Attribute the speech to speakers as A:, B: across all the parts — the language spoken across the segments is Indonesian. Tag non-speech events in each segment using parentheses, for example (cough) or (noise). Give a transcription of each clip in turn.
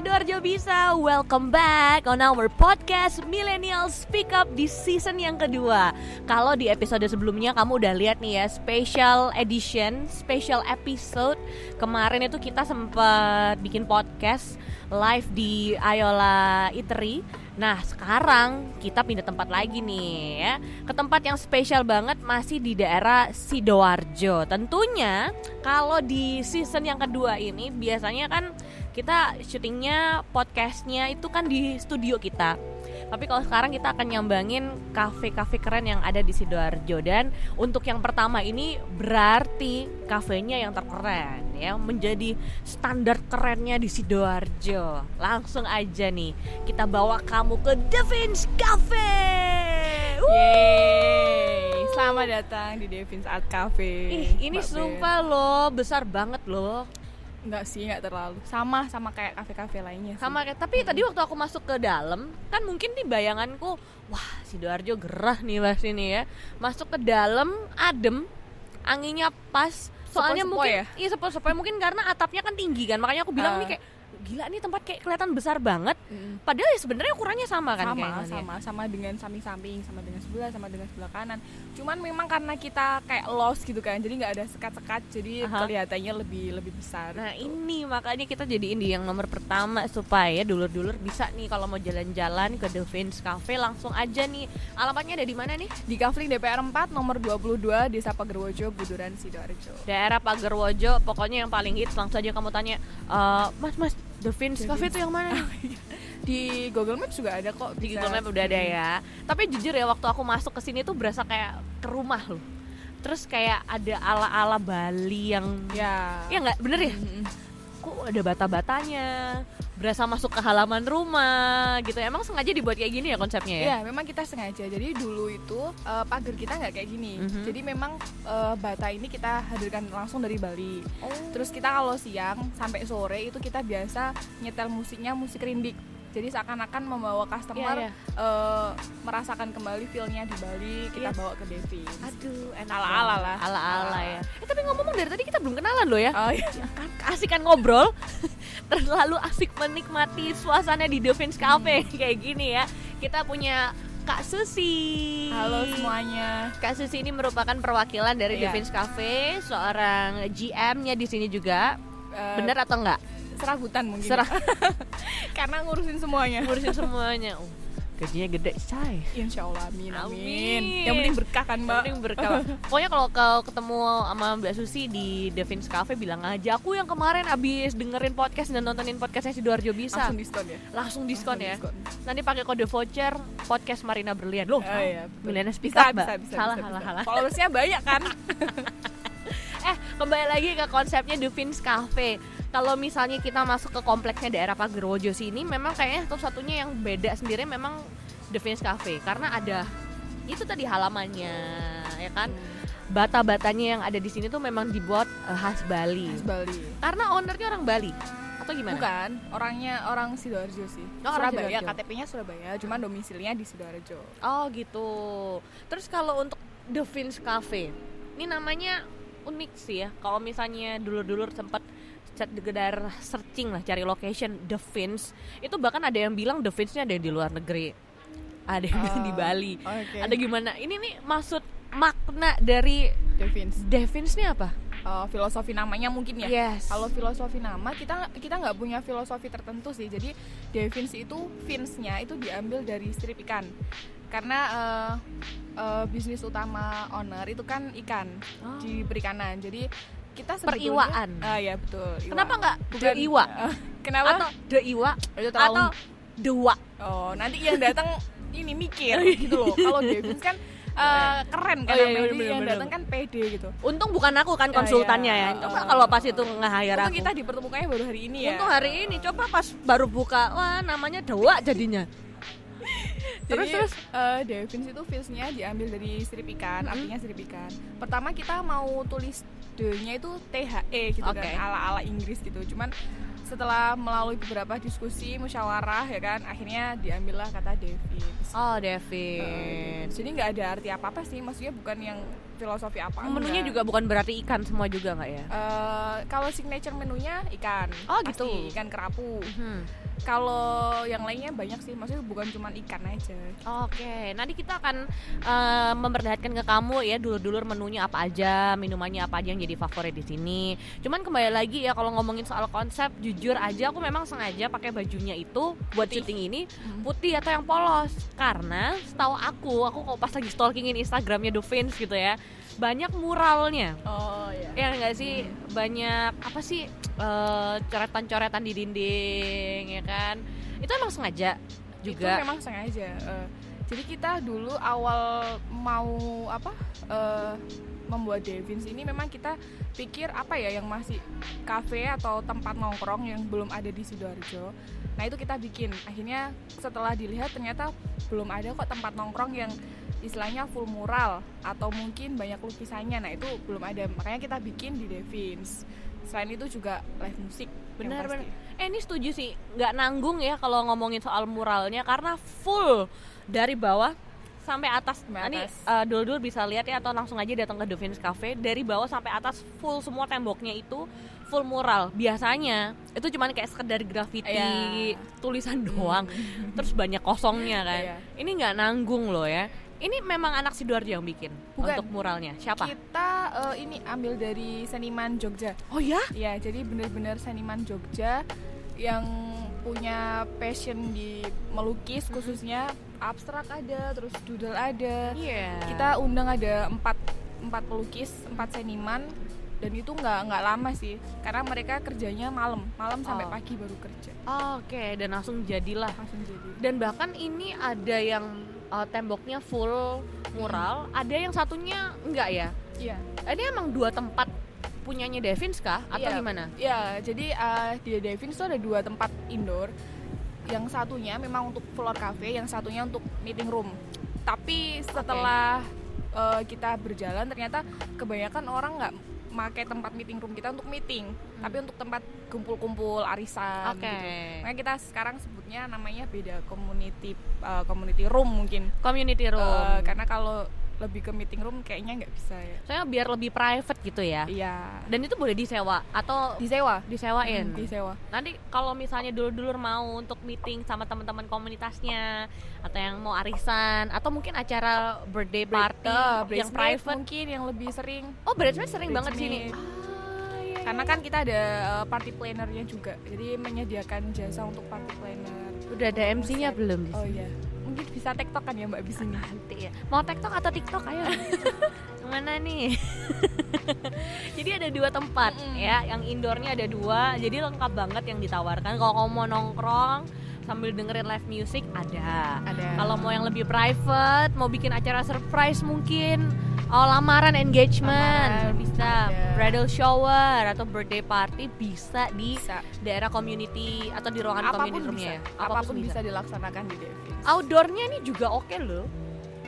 A: Harjo Bisa, welcome back on our podcast Millennial Speak Up di season yang kedua Kalau di episode sebelumnya kamu udah lihat nih ya special edition, special episode Kemarin itu kita sempat bikin podcast live di Ayola Eatery Nah sekarang kita pindah tempat lagi nih ya Ke tempat yang spesial banget masih di daerah Sidoarjo Tentunya kalau di season yang kedua ini biasanya kan kita syutingnya podcastnya itu kan di studio kita tapi kalau sekarang kita akan nyambangin kafe-kafe keren yang ada di Sidoarjo dan untuk yang pertama ini berarti kafenya yang terkeren ya menjadi standar kerennya di Sidoarjo. Langsung aja nih kita bawa kamu ke Devins Cafe. Wuh.
B: Yeay, selamat datang di Devin's Art Cafe.
A: Ih, ini
B: Mbak Ben.
A: sumpah loh, besar banget loh.
B: Enggak sih, enggak terlalu. Sama sama kayak kafe-kafe lainnya sih.
A: sama kayak ya. tapi tadi waktu aku masuk ke dalam kan mungkin di bayanganku wah sidoarjo gerah nih pas ini ya masuk ke dalam adem anginnya pas soalnya
B: Sepoi-sepoi
A: mungkin
B: ya?
A: iya sepoi-sepoi mungkin karena atapnya kan tinggi kan makanya aku bilang
B: Ah.
A: nih kayak gila nih tempat kayak kelihatan besar banget
B: Mm.
A: padahal ya sebenarnya ukurannya sama kan
B: sama,
A: kayaknya.
B: sama, sama dengan samping-samping, sama dengan sebelah, sama dengan sebelah kanan. Cuman memang karena kita kayak lost gitu kan, jadi nggak ada sekat-sekat, jadi
A: Aha.
B: kelihatannya lebih lebih besar.
A: Nah ini makanya kita jadiin di yang nomor pertama supaya dulur-dulur bisa nih kalau mau jalan-jalan ke The Vince Cafe langsung aja nih alamatnya ada di mana nih?
B: di Kafling DPR 4 nomor 22 Desa Pagerwojo, Buduran Sidoarjo.
A: daerah Pagerwojo pokoknya yang paling hits langsung aja camu tanya "Eh, mas mas The Vince
B: The
A: Cafe itu yang
B: (laughs)
A: mana
B: Di Google Maps juga ada kok.
A: di
B: bisa. Hmm.
A: Google Map udah ada ya tapi jujur ya waktu aku masuk ke sini tuh berasa kayak ke rumah loh terus kayak ada ala ala Bali yang
B: Ya.
A: ya nggak bener ya
B: Mm-mm.
A: kok ada bata batanya berasa masuk ke halaman rumah gitu emang sengaja dibuat kayak gini ya konsepnya ya
B: Iya, memang kita sengaja. Jadi dulu itu eh, pagar kita nggak kayak gini.
A: Mhm.
B: Jadi memang eh, bata ini kita hadirkan langsung dari Bali.
A: Oh.
B: Terus
A: Iya,
B: kita kalau siang sampai sore itu kita biasa nyetel musiknya musik rindik. Jadi seakan-akan membawa customer
A: Iya, iya.
B: eh, merasakan kembali feel-nya di Bali, kita
A: Iya.
B: bawa ke Devi.
A: aduh enak
B: Ala-ala lah.
A: ala ala ya eh tapi ngomong-ngomong dari tadi kita belum kenalan loh ya
B: Oh, iya.
A: kan keasikan ngobrol (laughs) terlalu asik menikmati suasana di Devins Cafe (laughs) kayak gini ya kita punya Kak Susi
B: Halo semuanya.
A: Kak Susi ini merupakan perwakilan dari
B: Iya.
A: Devins Cafe seorang GM-nya di sini juga
B: Eh,
A: bener atau enggak
B: serabutan mungkin.
A: serah
B: (laughs) Karena ngurusin semuanya.
A: ngurusin semuanya Oh, gajinya gede say
B: Insya Allah, amin, amin.
A: Amin.
B: Yang penting berkah kan, Mbak.
A: Mending
B: (laughs)
A: berkah. Pokoknya kalau kau ketemu sama Mbak Susi di Devins Cafe bilang aja aku yang kemarin abis dengerin podcast dan nontonin podcastnya si Duarjo bisa.
B: Langsung diskon ya.
A: langsung diskon
B: Langsung
A: ya. Nanti pakai kode voucher podcast Marina Berlian. Loh,
B: Oh iya, betul.
A: Millennial Speak Up,
B: bisa,
A: Mbak.
B: bisa, bisa,
A: Salah,
B: bisa,
A: salah,
B: bisa.
A: salah.
B: Followersnya banyak kan?
A: Eh, kembali lagi ke konsepnya Duvins Cafe. Kalau misalnya kita masuk ke kompleksnya daerah Pagerwojo sini, memang kayaknya satu-satunya yang beda sendiri memang Duvins Cafe karena ada itu tadi halamannya, ya (laughs) kan? Bata-batanya yang ada di sini tuh memang dibuat eh, khas Bali.
B: Mas Bali.
A: Karena ownernya orang Bali atau gimana?
B: Bukan, orangnya orang Sidoarjo sih.
A: Oh, orang Sidoarjo.
B: Surabaya,
A: Hmm.
B: KTP-nya Surabaya, cuman domisilinya di Sidoarjo.
A: Oh gitu. Terus kalau untuk The Vince Cafe, ini namanya unik sih ya. Kalau misalnya dulur-dulur sempat sekedar searching lah cari location The Vince, itu bahkan ada yang bilang The Vince-nya ada yang di luar negeri, ada yang bilang di
B: Ah,
A: Bali,
B: Oke.
A: ada gimana? Ini nih maksud makna dari
B: Devins.
A: The Vince-nya apa?
B: Eh, filosofi namanya mungkin ya.
A: Yes.
B: Kalau filosofi nama kita kita nggak punya filosofi tertentu sih. Jadi Devins itu fins-nya itu diambil dari strip ikan. Karena eh, eh, bisnis utama owner itu kan ikan
A: Oh.
B: di perikanan. Jadi kita
A: Periwaan.
B: sebetulnya- Ah ya betul. iwa.
A: Kenapa nggak The
B: Bukan- Ah.
A: Iwa?
B: Kenapa?
A: Atau The Iwa?
B: Itu terlalu-
A: Atau Dewa?
B: Oh, nanti yang datang ini mikir
A: (laughs)
B: gitu loh. Kalau Devins kan eh, keren kan
A: Oh, iya, iya,
B: namanya. Jadi
A: bener,
B: yang
A: bener.
B: datang kan pede gitu.
A: Untung bukan aku kan
B: Ya,
A: konsultannya
B: ya.
A: ya. Coba kalau pas itu nge-hire
B: Untung
A: aku.
B: kita dipertemukannya baru hari ini ya.
A: Iya, Untung hari ini coba pas baru buka wah namanya dewa jadinya.
B: terus
A: Jadi,
B: terus eh Devins itu feelsnya diambil dari strip ikan
A: Mm-mm.
B: artinya strip ikan pertama kita mau tulis D-nya itu THE gitu
A: Oke.
B: kan ala ala Inggris gitu cuman setelah melalui beberapa diskusi musyawarah ya kan akhirnya diambillah kata Devins
A: Oh
B: Eh,
A: Devin.
B: Devins. jadi nggak ada arti apa apa sih maksudnya bukan yang filosofi apa
A: gitu. Menunya
B: enggak.
A: juga bukan berarti ikan semua juga nggak ya?
B: Eh, kalau signature menunya ikan
A: Oh,
B: Pasti
A: gitu.
B: ikan kerapu
A: Hmm.
B: kalau yang lainnya banyak sih maksudnya bukan cuma ikan aja
A: Oke, nanti kita akan eh, memperlihatkan ke kamu ya dulur-dulur menunya apa aja, minumannya apa aja yang jadi favorit di sini. Cuman kembali lagi ya kalau ngomongin soal konsep, jujur aja aku memang sengaja pakai bajunya itu buat
B: Putih.
A: syuting ini
B: Hmm.
A: putih atau yang polos karena setahu aku, aku kok pas lagi stalkingin Instagramnya The Fins gitu ya, banyak muralnya.
B: oh ya
A: Ya enggak sih banyak apa sih eh, coretan-coretan di dinding ya kan? Itu emang sengaja
B: itu
A: juga.
B: memang sengaja eh, jadi kita dulu awal mau apa eh, membuat Devins ini memang kita pikir apa ya yang masih kafe atau tempat nongkrong yang belum ada di sidoarjo nah itu kita bikin akhirnya setelah dilihat ternyata belum ada kok tempat nongkrong yang istilahnya full mural atau mungkin banyak lukisannya nah itu belum ada makanya kita bikin di Devins selain itu juga live musik yang
A: Benar,
B: pasti.
A: Eh ini setuju sih, nggak nanggung ya kalau ngomongin soal muralnya karena full dari bawah sampai atas.
B: Sampai
A: Ini
B: atas.
A: eh, dulur-dulur bisa lihat ya atau langsung aja datang ke Dovin's Cafe dari bawah sampai atas full semua temboknya itu full mural. Biasanya itu cuman kayak sekedar graffiti
B: Iya.
A: tulisan doang, terus banyak kosongnya kan.
B: Iya.
A: Ini nggak nanggung loh ya. Ini memang anak sidoarjo yang bikin
B: Bukan.
A: untuk muralnya. Siapa?
B: kita eh, ini ambil dari seniman Jogja
A: Oh ya?
B: ya jadi benar-benar seniman Jogja yang punya passion di melukis khususnya abstrak ada terus doodle ada
A: Iya.
B: kita undang ada empat empat pelukis empat seniman dan itu nggak nggak lama sih karena mereka kerjanya malam malam sampai
A: Oh.
B: pagi baru kerja
A: Oke, dan langsung jadilah
B: langsung jadi
A: dan bahkan ini ada yang uh, temboknya full mural, ada yang satunya enggak ya?
B: iya
A: Ini emang dua tempat punyanya Devins kah atau
B: Iya.
A: gimana?
B: Ya, jadi eh, di Devins tuh ada dua tempat indoor. Yang satunya memang untuk floor cafe, yang satunya untuk meeting room. Tapi setelah eh, kita berjalan ternyata kebanyakan orang nggak pakai tempat meeting room kita untuk meeting, tapi untuk tempat kumpul-kumpul arisan
A: Hmm. Oke.
B: gitu. Makanya kita sekarang sebutnya namanya beda community eh, community room mungkin.
A: Community room.
B: Eh, karena kalau lebih ke meeting room kayaknya nggak bisa ya.
A: Soalnya biar lebih private gitu ya.
B: Iya.
A: Dan itu boleh disewa atau
B: Disewa.
A: disewain.
B: Hmm, Disewa.
A: Nanti kalau misalnya dulur-dulur mau untuk meeting sama teman-teman komunitasnya atau yang mau arisan atau mungkin acara birthday party
B: Eh,
A: yang
B: bridesmaid
A: private.
B: mungkin Iya. yang lebih sering
A: Oh, bridesmaid sering banget di sini. Ah,
B: Bridesmaid.
A: iya, iya,
B: karena kan kita ada eh, party plannernya juga jadi menyediakan jasa untuk party planner
A: Udah ada MC-nya belum di
B: iya. oh iya mungkin bisa tektok kan ya mbak di sini
A: nanti ya. Mau TikTok atau TikTok
B: (laughs)
A: ayo. Yang mana nih? jadi ada dua tempat
B: Mm-mm.
A: ya, yang indoornya ada dua, jadi lengkap banget yang ditawarkan. Kalau kamu mau nongkrong sambil dengerin live music ada.
B: ada
A: Kalau mau yang lebih private, mau bikin acara surprise mungkin, oh lamaran engagement
B: Lamaran,
A: bisa,
B: ada.
A: bridal shower atau birthday party bisa di
B: bisa
A: daerah community atau di ruangan
B: apapun
A: community roomnya
B: bisa
A: ya.
B: apapun, bisa. dilaksanakan di Devins
A: Outdoornya ini juga oke loh,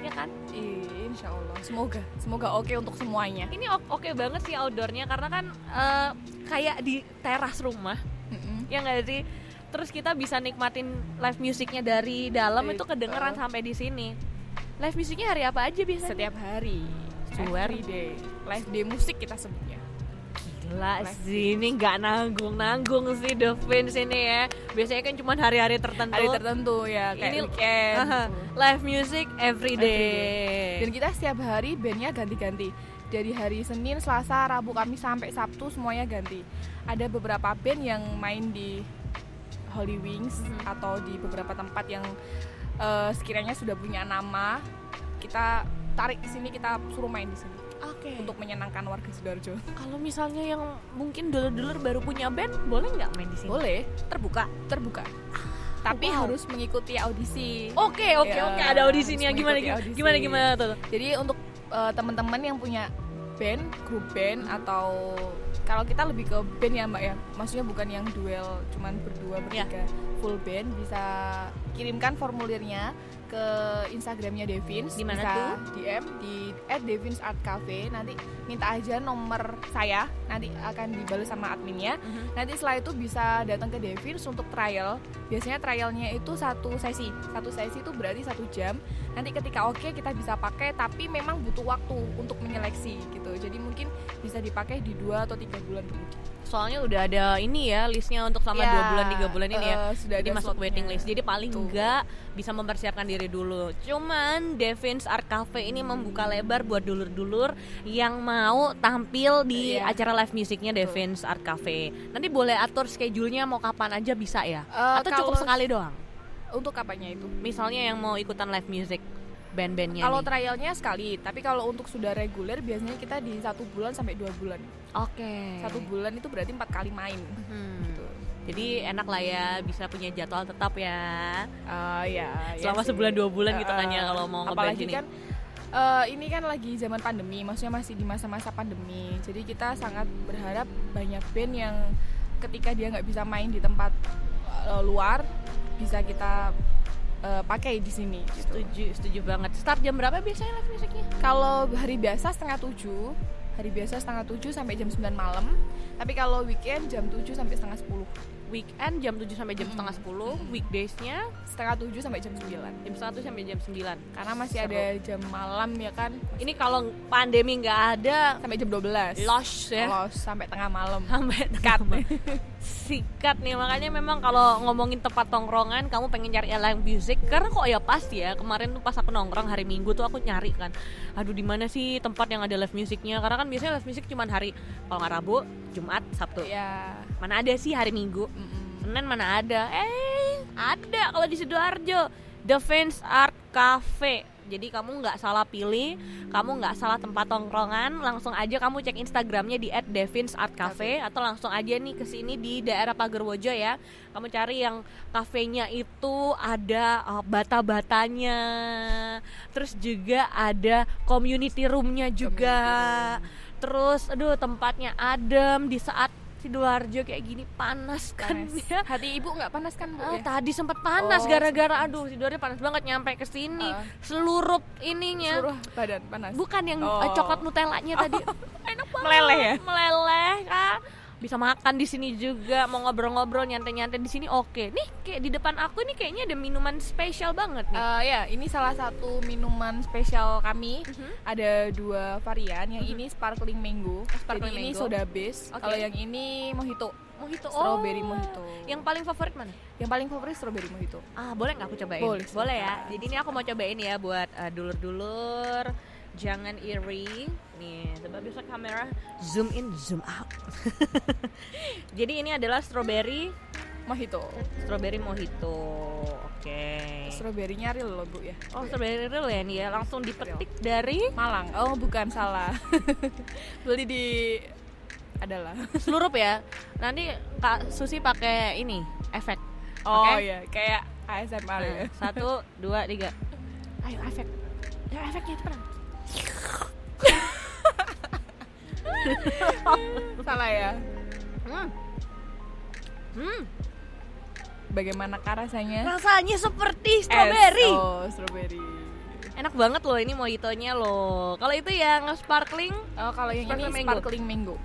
A: ya kan?
B: Iya, insya Allah semoga semoga oke untuk semuanya
A: ini o- oke banget sih outdoornya karena kan eh, kayak di teras rumah
B: Mm-mm.
A: ya nggak sih terus kita bisa nikmatin live musiknya dari dalam itu
B: Itu.
A: kedengeran sampai di sini live musiknya hari apa aja biasanya
B: setiap hari
A: Swear.
B: every day live day musik kita sebutnya
A: gila
B: live
A: sih ini nggak nanggung nanggung sih The Fins ini ya biasanya kan cuma hari-hari tertentu
B: hari tertentu ya kayak
A: Ini-
B: weekend
A: Aha,
B: gitu.
A: live music every
B: Dan
A: day
B: kita setiap hari bandnya ganti-ganti. Dari hari Senin, Selasa, Rabu, Kamis sampai Sabtu semuanya ganti. Ada beberapa band yang main di Holy Wings
A: Mhm.
B: atau di beberapa tempat yang eh, sekiranya sudah punya nama, kita tarik ke sini kita suruh main di sini
A: oke
B: untuk menyenangkan warga Sidoarjo.
A: kalau misalnya yang mungkin dulur-dulur baru punya band boleh nggak main di sini
B: Boleh,
A: terbuka
B: terbuka. Tapi
A: wow.
B: harus mengikuti audisi.
A: Oke oke
B: Ya,
A: Iya. oke ada audisinya gimana
B: harus
A: gimana
B: mengikuti audisi.
A: gimana gimana tuh.
B: Jadi untuk eh, teman-teman yang punya band, grup band atau kalau kita lebih ke band ya Mbak ya. Maksudnya bukan yang duel cuman berdua
A: Ya.
B: bertiga full band bisa kirimkan formulirnya ke Instagramnya Devins
A: Di mana
B: bisa
A: tuh?
B: DM di @devinsartcafe nanti minta aja nomor saya nanti akan dibalas sama adminnya
A: Mhm.
B: nanti setelah itu bisa datang ke Devins untuk trial biasanya trialnya itu satu sesi satu sesi itu berarti satu jam nanti ketika oke kita bisa pakai tapi memang butuh waktu untuk menyeleksi gitu jadi mungkin bisa dipakai di dua atau tiga bulan kemudian
A: soalnya udah ada ini ya listnya untuk selama
B: Ya,
A: dua bulan tiga bulan ini ya.
B: eh, sudah
A: Jadi
B: ada
A: masuk
B: slotnya.
A: waiting list. Jadi paling
B: Betul.
A: enggak bisa mempersiapkan diri dulu. Cuman Devins Art Cafe ini membuka lebar buat dulur-dulur yang mau tampil di
B: Iya.
A: acara live musiknya Devins Art Cafe. Nanti boleh atur schedule-nya mau kapan aja bisa ya.
B: Eh,
A: Atau cukup
B: kalau-
A: sekali doang.
B: Untuk apanya itu?
A: Misalnya yang mau ikutan live music band-bandnya Iya
B: Kalau
A: nih.
B: trialnya sekali, tapi kalau untuk sudah reguler biasanya kita di satu bulan sampai dua bulan.
A: Oke.
B: Satu bulan itu berarti empat kali main.
A: Hmm.
B: Gitu.
A: Jadi enak lah ya bisa punya jadwal tetap ya.
B: Eh, ya, ya
A: Selama
B: sih.
A: sebulan dua bulan gitu
B: Eh,
A: kan ya
B: eh.
A: kalau mau ngeband
B: Apalagi
A: gini.
B: kan eh, ini kan lagi zaman pandemi, maksudnya masih di masa-masa pandemi. Jadi kita sangat berharap banyak band yang ketika dia nggak bisa main di tempat eh, luar bisa kita eh, pakai di sini. gitu.
A: Setuju, setuju banget. Start jam berapa biasanya live musiknya?
B: Kalau hari biasa setengah tujuh, hari biasa setengah tujuh sampai jam 9 malam. Tapi kalau weekend jam 7 sampai setengah 10.
A: Weekend jam 7 sampai jam
B: Mm.
A: setengah 10 Weekdaysnya
B: Setengah 7 sampai jam 9.
A: jam 1 sampai jam 9
B: Karena masih
A: Seru.
B: ada jam malam ya kan,
A: Ini kalau pandemi nggak ada
B: sampai jam 12.
A: Losh ya
B: Los, Oh, sampai tengah malam.
A: (laughs) Sampai
B: Cut.
A: tengah Sikat nih makanya memang kalau ngomongin tempat tongkrongan Kamu pengen cari live music Karena kok ya pasti ya Kemarin tuh pas aku nongkrong hari minggu tuh aku nyari kan Aduh di mana sih tempat yang ada live musicnya Karena kan biasanya live music cuman hari Kalau nggak Rabu, Jumat, Sabtu
B: Ya.
A: Mana ada sih hari Minggu
B: mm-mm.
A: Senin mana ada? Eh, ada kalau di Sidoarjo. The Fans Art Cafe. Jadi kamu nggak salah pilih, kamu nggak salah tempat tongkrongan, langsung aja kamu cek Instagramnya di @devinsartcafe atau langsung aja nih ke sini di daerah Pagerwojo ya. Kamu cari yang kafenya itu ada uh, bata-batanya, terus juga ada community roomnya juga, terus aduh tempatnya adem di saat sidoarjo kayak gini panas kan
B: Panas.
A: ya.
B: Hati ibu nggak panas kan, Bu?
A: Ah,
B: ya?
A: tadi sempat panas
B: Oh,
A: gara-gara aduh Sidoarjo panas banget nyampe ke sini
B: Ah.
A: seluruh ininya
B: Seluruh badan panas.
A: bukan yang
B: Oh.
A: eh, coklat nutellanya tadi (laughs) enak banget
B: Meleleh ya?
A: meleleh kan bisa makan di sini juga mau ngobrol-ngobrol nyantai-nyantai di sini oke nih kayak di depan aku ini kayaknya ada minuman spesial banget nih
B: Eh, ya, ini salah satu minuman spesial kami.
A: Mhm.
B: Ada dua varian. Yang ini sparkling mango.
A: Mm-hmm. Oh, sparkling
B: Jadi ini
A: mango.
B: soda base.
A: Oke.
B: Kalau yang ini mojito.
A: mojito
B: strawberry
A: oh.
B: mojito.
A: yang paling favorit mana
B: Yang paling favorit strawberry mojito.
A: Ah, boleh nggak aku cobain?
B: Boleh,
A: Boleh ya.
B: silakan.
A: Jadi ini aku mau cobain ya buat eh, dulur-dulur. Jangan iri. Nih, coba bisa kamera zoom in, zoom out. (laughs) Jadi ini adalah strawberry
B: Mojito.
A: strawberry mojito. Oke.
B: Strawberry-nya real loh, Bu ya.
A: Oh, strawberry real ya nih ya. Langsung dipetik dari
B: Malang. Oh, bukan salah. (laughs) Beli di adalah.
A: seluruh ya. Nanti Kak Susi pakai ini efek.
B: Oh
A: Oke?
B: iya, kayak ASMR ya.
A: Nah, satu, dua, tiga. Ayo efek. Ya efeknya cepetan.
B: (laughs) salah ya.
A: Hmm. Hmm.
B: Bagaimanakah rasanya?
A: Rasanya seperti
B: Es.
A: strawberry.
B: Oh, strawberry.
A: Enak banget loh ini mojitonya loh. Kalau itu ya yang sparkling,
B: Oh, kalau yang
A: Sparkling
B: ini
A: mango.
B: sparkling mango.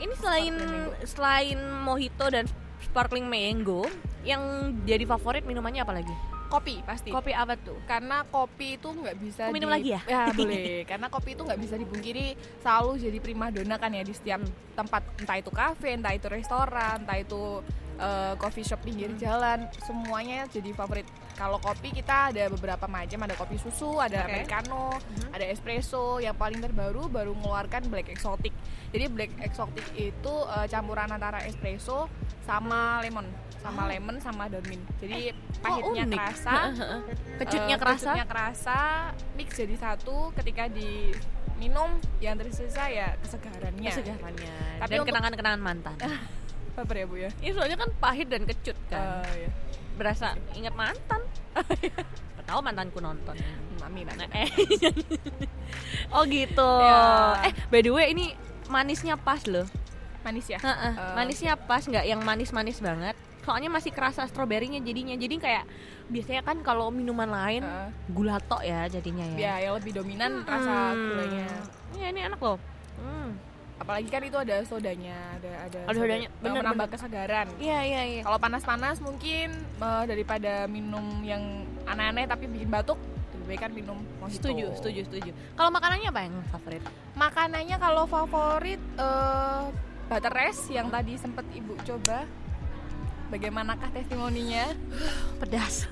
A: ini selain
B: Sparkling
A: selain mojito dan sparkling mango, yang jadi favorit minumannya apa lagi?
B: Kopi pasti.
A: Kopi apa tuh?
B: Karena kopi itu nggak bisa
A: Aku minum
B: di-
A: lagi ya? (laughs)
B: boleh. Karena kopi itu nggak bisa dibungkiri selalu jadi primadona kan ya di setiap
A: Hmm.
B: tempat entah itu kafe, entah itu restoran, entah itu eh, coffee shop pinggir
A: Hmm.
B: jalan, semuanya jadi favorit. Kalau kopi kita ada beberapa macam, ada kopi susu,
A: Oke.
B: ada
A: Hmm.
B: americano, ada espresso. Yang paling terbaru baru mengeluarkan black exotic. Jadi black exotic itu eh, campuran antara espresso sama lemon, sama
A: Oh.
B: lemon sama daun mint.
A: Eh,
B: Jadi
A: kok
B: pahitnya
A: Oh, unik?
B: terasa,
A: (laughs) Kecutnya
B: Eh,
A: kerasa.
B: kecutnya kerasa mix jadi satu ketika diminum yang tersisa ya kesegarannya
A: Kesegarannya. Iya,
B: Tapi
A: dan
B: untuk-
A: kenangan-kenangan mantan.
B: Baper ya bu ya
A: (laughs) Ini soalnya kan pahit dan kecut kan.
B: Eh, ya.
A: Berasa ingat (laughs) mantan. Tahu mantanku nonton.
B: Hmm, amin amin.
A: Eh. (laughs) oh gitu.
B: Ya.
A: Eh, by the way ini manisnya pas loh.
B: manis ya
A: Heeh,
B: Eh.
A: Manisnya pas, nggak yang manis-manis banget. Soalnya masih kerasa stroberinya jadinya. Jadi kayak biasanya kan kalau minuman lain
B: Eh,
A: gulato ya jadinya ya.
B: ya yang lebih dominan rasa
A: Hmm.
B: gulanya
A: Iya, ini enak loh. Hmm.
B: apalagi kan itu ada sodanya ada ada,
A: Ada
B: soda-
A: sodanya,
B: eh,
A: bener,
B: menambah
A: bener.
B: kesegaran
A: Iya, iya, iya.
B: kalau panas-panas mungkin eh, daripada minum yang aneh-aneh tapi bikin batuk lebih baik kan minum mojito
A: Setuju, setuju, setuju. Kalau makanannya apa yang favorit?
B: makanannya kalau favorit eh butter rice yang tadi sempat ibu coba bagaimanakah testimoninya
A: pedas.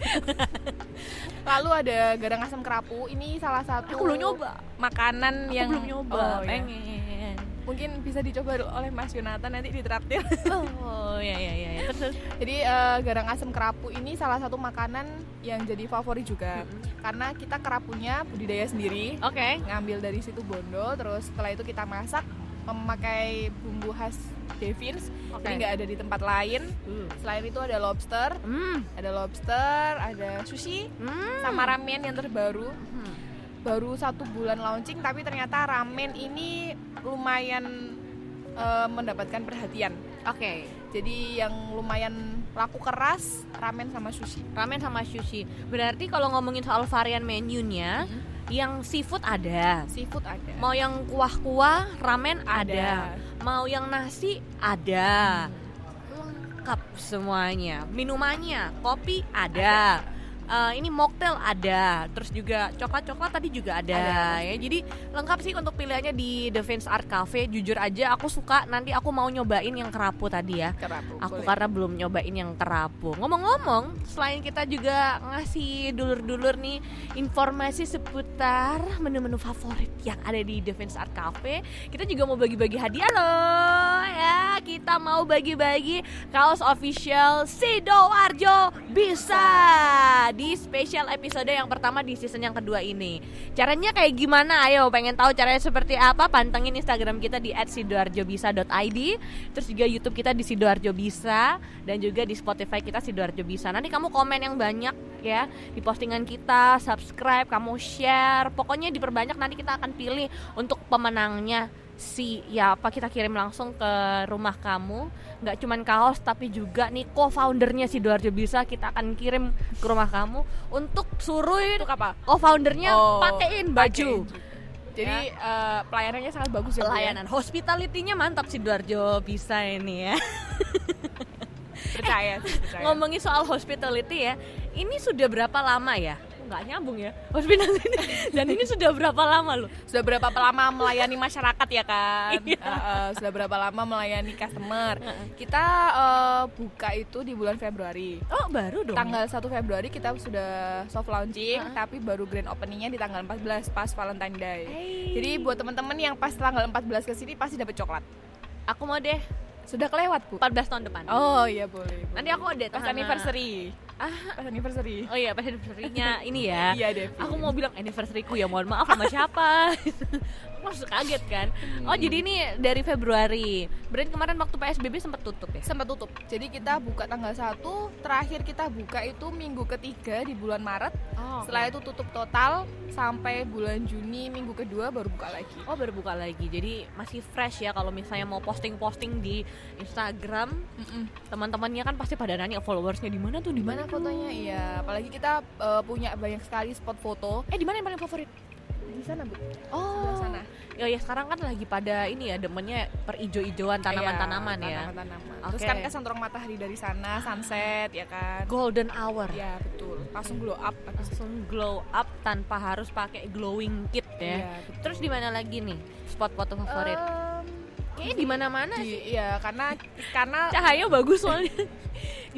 B: lalu ada garang asam kerapu ini salah satu
A: Aku belum nyoba.
B: makanan
A: Aku
B: yang
A: belum nyoba.
B: Oh, iya.
A: pengen.
B: mungkin bisa dicoba oleh Mas Yonatan nanti
A: (laughs)
B: ditraktir
A: Oh ya ya ya. ya. Terus terus.
B: jadi eh, garang asam kerapu ini salah satu makanan yang jadi favorit juga
A: Mm-mm.
B: karena kita kerapunya budidaya sendiri
A: Oke.
B: ngambil dari situ bondo terus setelah itu kita masak memakai bumbu khas Devins
A: Oke.
B: jadi nggak ada di tempat lain selain itu ada lobster
A: Hmm.
B: ada lobster ada sushi
A: Hmm.
B: sama ramen yang terbaru
A: Hmm.
B: baru satu bulan launching tapi ternyata ramen ini lumayan eh, mendapatkan perhatian
A: Oke.
B: jadi yang lumayan laku keras ramen sama sushi
A: Ramen sama sushi. Berarti kalau ngomongin soal varian menunya, yang seafood ada.
B: seafood ada
A: Mau yang kuah-kuah, ramen ada. Ah. Mau yang nasi
B: Hmm.
A: ada. Lengkap semuanya. Minumannya, kopi ada. Eh, ini mocktail ada, terus juga coklat-coklat tadi juga ada,
B: Ada.
A: ya. Jadi lengkap sih untuk pilihannya di The Vince Art Cafe. Jujur aja aku suka, nanti aku mau nyobain yang kerapu tadi ya.
B: kerapu
A: Aku
B: boleh.
A: karena belum nyobain yang kerapu. Ngomong-ngomong, selain kita juga ngasih dulur-dulur nih informasi seputar menu-menu favorit yang ada di Defense Art Cafe, kita juga mau bagi-bagi hadiah loh. Ya, kita mau bagi-bagi kaos official Sidoarjo bisa di special episode yang pertama di season yang kedua ini. Caranya kayak gimana? Ayo, pengen tahu caranya seperti apa? Pantengin Instagram kita di @sidoarjobisa.id, terus juga YouTube kita di Sidoarjo Bisa dan juga di Spotify kita Sidoarjo Bisa. Nanti kamu komen yang banyak ya di postingan kita, subscribe, kamu share, pokoknya diperbanyak nanti kita akan pilih untuk pemenangnya si ya apa kita kirim langsung ke rumah kamu nggak cuman kaos tapi juga nih co-foundernya Sidoarjo bisa kita akan kirim ke rumah kamu untuk suruhin
B: untuk apa
A: co-foundernya
B: Oh,
A: pakein baju
B: pakein. jadi eh, pelayanannya sangat bagus ya Bu, ya?
A: layanan hospitality-nya mantap Sidoarjo bisa ini ya
B: percaya sih,
A: (laughs)
B: percaya.
A: ngomongin soal hospitality ya ini sudah berapa lama ya nggak nyambung ya hospitality dan ini sudah berapa lama lo
B: sudah berapa lama melayani masyarakat ya kan Eh, eh, sudah berapa lama melayani customer kita eh, buka itu di bulan Februari
A: oh baru dong
B: tanggal 1 Februari kita sudah soft launching tapi baru grand openingnya di tanggal 14 pas Valentine Day
A: Hey.
B: jadi buat temen-temen yang pas tanggal 14 kesini pasti dapat coklat
A: aku mau deh
B: sudah kelewat bu
A: 14 tahun depan
B: oh iya boleh boleh. Ah.
A: nanti aku ada
B: pas
A: Hana.
B: anniversary pas anniversary
A: oh iya pas anniversary-nya ini ya
B: iya deh
A: aku mau bilang anniversary-ku ya mohon maaf sama siapa (laughs) aku langsung kaget kan oh jadi ini dari Februari berarti kemarin waktu PSBB sempat tutup ya
B: sempat tutup jadi kita buka tanggal 1 terakhir kita buka itu minggu ketiga di bulan Maret
A: oh,
B: Setelah itu tutup total sampai bulan Juni minggu kedua baru buka lagi.
A: Oh baru buka lagi, jadi masih fresh ya kalau misalnya mau posting-posting di Instagram teman-temannya kan pasti pada nanya followersnya di mana tuh di mana
B: Gimana
A: tuh?
B: fotonya? Iya, apalagi kita eh, punya banyak sekali spot foto
A: Eh di mana yang paling favorit?
B: di sana, Bu.
A: Oh
B: sana.
A: Ya, ya sekarang kan lagi pada ini ya demennya perijo-ijoan tanaman-tanaman
B: Iya,
A: ya.
B: Tanaman-tanaman. Terus
A: Oke.
B: kan kita sentrong matahari dari sana, sunset ya kan.
A: Golden hour.
B: Iya, betul. Langsung glow up abis itu.
A: Langsung glow up tanpa harus pakai glowing kit ya.
B: Iya, betul.
A: Terus di mana lagi nih spot foto favorit? Nah,
B: Em,
A: Kayaknya di mana-mana
B: di, iya, karena karena
A: cahaya bagus soalnya.
B: (laughs)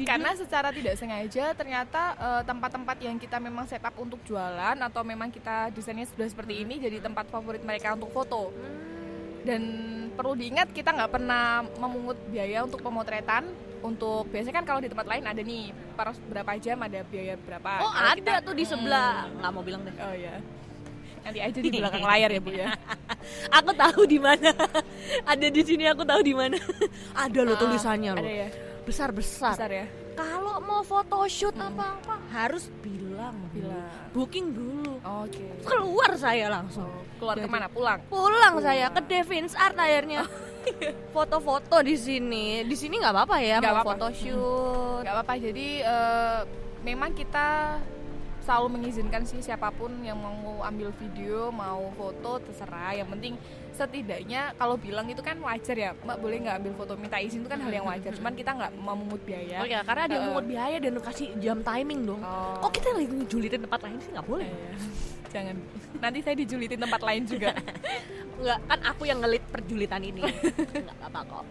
B: karena secara tidak sengaja ternyata eh, tempat-tempat yang kita memang set up untuk jualan atau memang kita desainnya sudah
A: Hmm.
B: seperti ini jadi tempat favorit mereka untuk foto dan perlu diingat kita nggak pernah memungut biaya untuk pemotretan untuk biasanya kan kalau di tempat lain ada nih per berapa jam ada biaya berapa
A: Oh
B: Kalau
A: ada
B: kita-
A: tuh di
B: Hmm.
A: sebelah. Nggak mau bilang deh.
B: oh ya nanti aja di belakang layar ya bu ya
A: Aku tahu di mana. (laughs) ada di sini aku tahu di mana. (laughs) ada loh tulisannya
B: ada
A: loh.
B: ya
A: Besar besar.
B: besar ya
A: Kalau mau photoshoot apa-apa harus bilang,
B: Bilang.
A: Booking dulu.
B: oke
A: Keluar saya langsung.
B: Oh, keluar
A: Jadi-
B: kemana pulang
A: Pulang saya ke Devins Art akhirnya. Foto-foto di sini. Di sini Oh, iya. nggak apa-apa ya
B: Nggak
A: mau
B: apa-apa.
A: photoshoot.
B: nggak apa-apa jadi eh, memang kita selalu mengizinkan sih siapapun yang mau ambil video mau foto terserah yang penting setidaknya kalau bilang itu kan wajar ya mbak boleh nggak ambil foto minta izin itu kan hal yang wajar cuman kita nggak memungut biaya
A: Oh ya, karena ada yang
B: Eh.
A: mungut biaya dan kasih jam timing dong.
B: Oh.
A: Kok kita lagi ngejulitin tempat lain sih nggak boleh.
B: Iya. jangan nanti saya dijulitin tempat lain juga
A: Enggak, kan aku yang ngelit perjulitan (laughs) ini. Enggak apa-apa kok.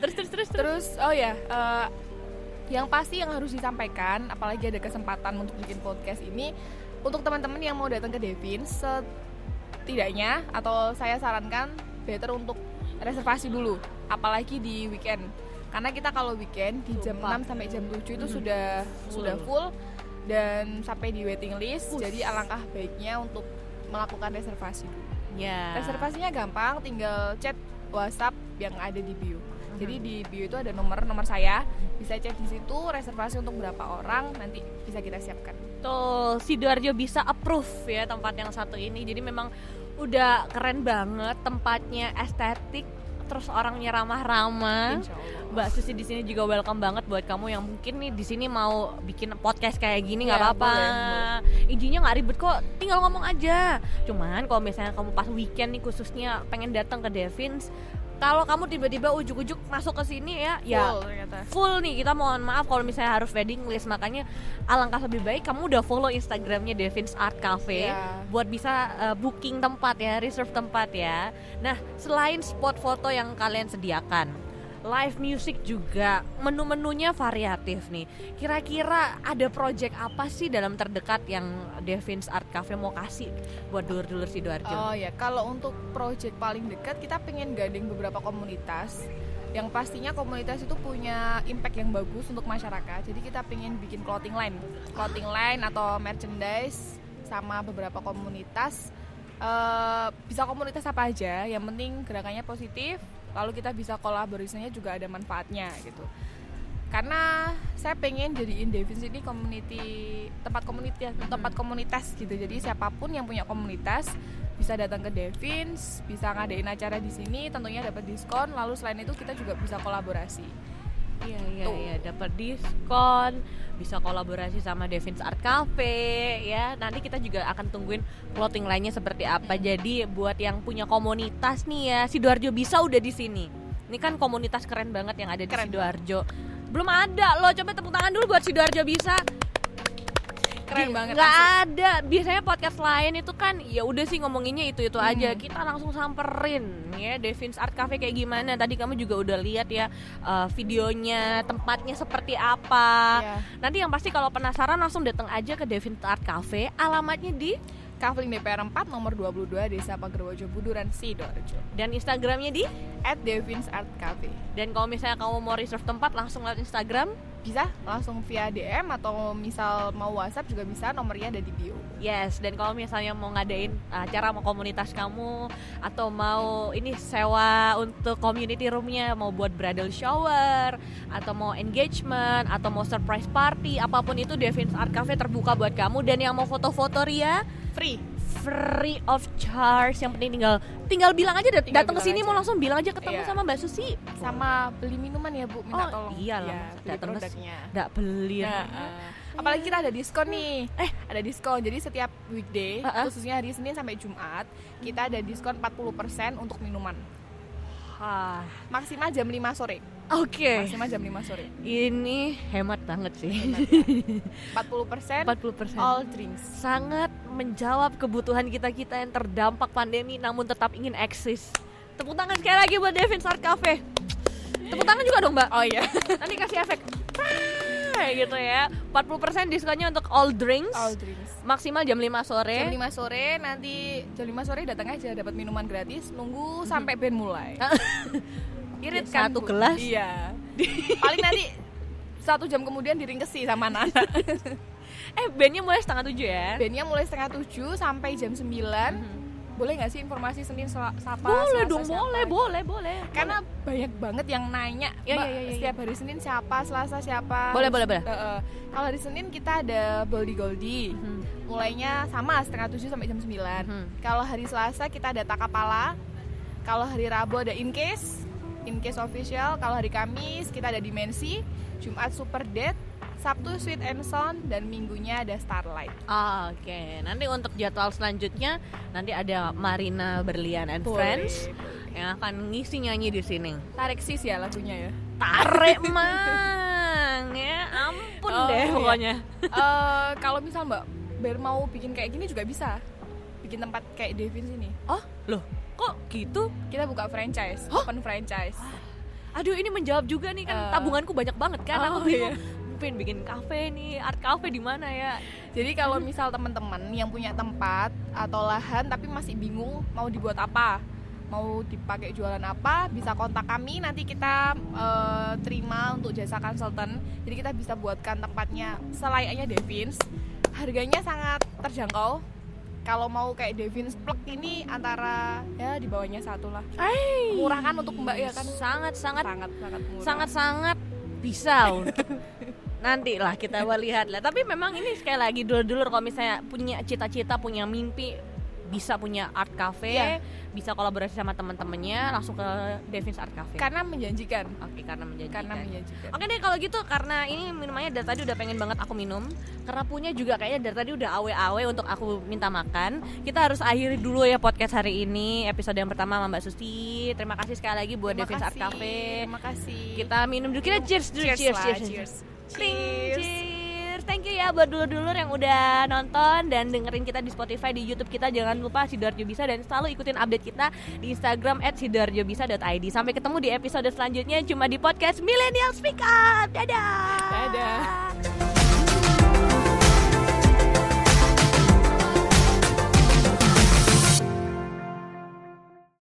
A: Terus terus terus terus.
B: terus oh ya eh, yang pasti yang harus disampaikan apalagi ada kesempatan untuk bikin podcast ini untuk teman-teman yang mau datang ke Devin setidaknya atau saya sarankan better untuk reservasi dulu apalagi di weekend karena kita kalau weekend di jam
A: Sumpah.
B: 6 sampai jam 7 itu
A: Mhm.
B: sudah
A: Full.
B: sudah full dan sampai di waiting list
A: Wush.
B: jadi alangkah baiknya untuk melakukan reservasi dulu.
A: Ya.
B: Reservasinya gampang, tinggal chat WhatsApp yang ada di bio. Jadi
A: Mhm.
B: di bio itu ada nomor nomor saya, bisa chat di situ reservasi untuk berapa orang nanti bisa kita siapkan.
A: Betul, Sidoarjo bisa approve ya tempat yang satu ini. Jadi memang udah keren banget tempatnya, estetik, terus orangnya ramah-ramah.
B: Insya Allah.
A: Mbak Susi di sini juga welcome banget buat kamu yang mungkin nih di sini mau bikin podcast kayak gini nggak
B: Ya,
A: apa-apa.
B: boleh, boleh.
A: Izinnya nggak ribet kok, tinggal ngomong aja. Cuman kalau misalnya kamu pas weekend nih khususnya pengen datang ke Devins, kalau kamu tiba-tiba ujuk-ujuk masuk ke sini ya, ya
B: Full ternyata.
A: full nih kita mohon maaf kalau misalnya harus wedding list makanya alangkah lebih baik kamu udah follow instagramnya Devins Art Cafe
B: Ya.
A: buat bisa uh, booking tempat ya reserve tempat ya nah selain spot foto yang kalian sediakan live music juga menu-menunya variatif nih kira-kira ada project apa sih dalam terdekat yang Devins Art Cafe mau kasih buat dulur-dulur sidoarjo
B: Oh ya, kalau untuk project paling dekat kita pengen gandeng beberapa komunitas yang pastinya komunitas itu punya impact yang bagus untuk masyarakat. Jadi kita pengen bikin clothing line, clothing line atau merchandise sama beberapa komunitas. Eh, bisa komunitas apa aja, yang penting gerakannya positif. Lalu kita bisa kolaborasinya juga ada manfaatnya gitu. Karena saya pengen jadiin Devins ini community tempat komunitas tempat komunitas gitu. Jadi siapapun yang punya komunitas bisa datang ke Devins, bisa ngadain acara di sini, tentunya dapat diskon. Lalu selain itu kita juga bisa kolaborasi.
A: Iya iya
B: Tuh.
A: iya dapat diskon, bisa kolaborasi sama Devins Art Cafe ya. Nanti kita juga akan tungguin clothing lainnya seperti apa. Jadi buat yang punya komunitas nih ya, Sidoarjo bisa udah di sini. Ini kan komunitas keren banget yang ada di
B: Keren.
A: Sidoarjo. Belum ada loh, coba tepuk tangan dulu buat Sidoarjo bisa.
B: Keren banget.
A: Gak
B: asli.
A: ada. Biasanya podcast lain itu kan ya udah sih ngomonginnya itu-itu
B: Hmm.
A: aja. Kita langsung samperin ya Devins Art Cafe kayak gimana. Tadi kamu juga udah lihat ya eh, videonya, tempatnya seperti apa.
B: Iya.
A: Nanti yang pasti kalau penasaran langsung datang aja ke Devins Art Cafe. Alamatnya di
B: Kavling DPR 4 nomor 22 Desa Pagerwojo Buduran Sidoarjo.
A: dan Instagramnya di.
B: At Devins Art Cafe.
A: Dan kalau misalnya kamu mau reserve tempat langsung lewat Instagram.
B: Bisa langsung via DM atau misal mau WhatsApp juga bisa, nomornya ada di bio.
A: Yes, dan kalau misalnya mau ngadain acara sama komunitas kamu atau mau ini sewa untuk community roomnya, mau buat bridal shower atau mau engagement atau mau surprise party, apapun itu Devins Art Cafe terbuka buat kamu dan yang mau foto-foto Ria
B: Free.
A: free of charge. Yang penting tinggal tinggal bilang aja dat-
B: Tinggal
A: datang ke
B: bilang
A: sini
B: aja.
A: mau langsung bilang aja ketemu
B: Iya.
A: sama Mbak Susi.
B: Sama beli minuman ya, Bu,
A: Oh,
B: minta tolong.
A: iyalah,
B: Ya,
A: masa
B: beli
A: datang ke-
B: produknya.
A: Nggak beli.
B: Nah, eh, apalagi kita ada diskon nih.
A: Eh.
B: Eh, ada diskon. Jadi setiap weekday,
A: Ah, ah.
B: khususnya hari Senin sampai Jumat, kita ada diskon 40% untuk minuman.
A: Hah.
B: Maksimal jam 5 sore.
A: Oke.
B: Maksimal jam 5 sore.
A: Ini hemat banget sih.
B: 40%
A: 40%.
B: all drinks.
A: sangat menjawab kebutuhan kita-kita yang terdampak pandemi namun tetap ingin eksis. Tepuk tangan sekali lagi buat Devin Art Cafe. Tepuk tangan juga dong, Mbak.
B: Oh iya.
A: Nanti kasih efek. Kayak gitu ya. 40% diskonnya untuk all drinks.
B: all drinks.
A: Maksimal jam 5 sore.
B: Jam 5 sore nanti jam 5 sore datang aja dapat minuman gratis, nunggu sampai band mulai. Irit Mm-hmm. kan,
A: Satu
B: Bu?
A: gelas.
B: (laughs) Iya. Paling nanti satu jam kemudian diringkesi sama anak (laughs)
A: Eh, bandnya mulai setengah tujuh ya. Hmm.
B: Bandnya mulai setengah tujuh sampai jam 9 Boleh nggak sih informasi Senin sel- Sapa?
A: Boleh
B: Selasa,
A: dong,
B: siapa?
A: boleh, boleh, boleh.
B: Karena banyak banget yang nanya
A: Ya,
B: Mbak,
A: ya, ya, ya,
B: setiap hari Senin siapa, Selasa siapa.
A: Boleh, boleh, boleh.
B: Heeh. Kalau hari Senin kita ada Boldi Goldi.
A: Hmm.
B: Mulainya sama setengah tujuh sampai jam 9
A: Mhm.
B: Kalau hari Selasa kita ada Takapala. Kalau hari Rabu ada In Case, In Case Official. Kalau hari Kamis kita ada Dimensi. Jumat Super Date. Sabtu Sweet and Sound dan minggunya ada Starlight.
A: Ah, Oke, nanti untuk jadwal selanjutnya nanti ada Marina Berlian and Friends yang akan ngisi nyanyi di sini.
B: Tarik sis ya lagunya ya.
A: tarik mang ya ampun
B: Oh,
A: deh
B: iya.
A: pokoknya
B: Eh, kalau misal Mbak Ber mau bikin kayak gini juga bisa. bikin tempat kayak Devins ini.
A: Oh, loh, kok gitu?
B: Kita buka franchise, open franchise.
A: Aduh, ini menjawab juga nih kan
B: Eh.
A: tabunganku banyak banget kan.
B: Oh,
A: Aku bingung. Pengen bikin kafe nih, art cafe di mana ya?
B: Jadi kalau misal teman-teman yang punya tempat atau lahan tapi masih bingung mau dibuat apa, mau dipakai jualan apa, bisa kontak kami nanti kita eh, terima untuk jasa konsultan. Jadi kita bisa buatkan tempatnya selayaknya Devins. Harganya sangat terjangkau. Kalau mau kayak Devins plek ini antara ya di bawahnya satu lah. Murah kan untuk Mbak ya kan?
A: Sangat sangat
B: Sangat sangat murah.
A: sangat sangat bisa untuk
B: (laughs)
A: nanti lah kita lihat lah tapi memang ini sekali lagi dulur-dulur kalau misalnya punya cita-cita punya mimpi bisa punya art cafe
B: Iya.
A: bisa kolaborasi sama teman-temannya langsung ke Devins Art Cafe
B: karena menjanjikan.
A: oke karena menjadi
B: Karena menjanjikan.
A: Oke deh kalau gitu karena ini minumannya dari tadi udah pengen banget aku minum Karena punya juga kayaknya dari tadi udah awe-awe untuk aku minta makan Kita harus akhiri dulu ya podcast hari ini Episode yang pertama sama Mbak Susi Terima kasih sekali lagi buat
B: Terima
A: Devins Art
B: kasih,
A: Cafe
B: Terima kasih.
A: kita minum dulu kita cheers dulu
B: Cheers,
A: cheers
B: lah,
A: cheers,
B: cheers.
A: Kling, cheers. thank you ya buat dulur-dulur yang udah nonton dan dengerin kita di Spotify di YouTube kita jangan lupa sidoarjo bisa dan selalu ikutin update kita di Instagram @sidoarjobisa.id sampai ketemu di episode selanjutnya cuma di podcast Millennial Speak Up dadah
B: Dadah.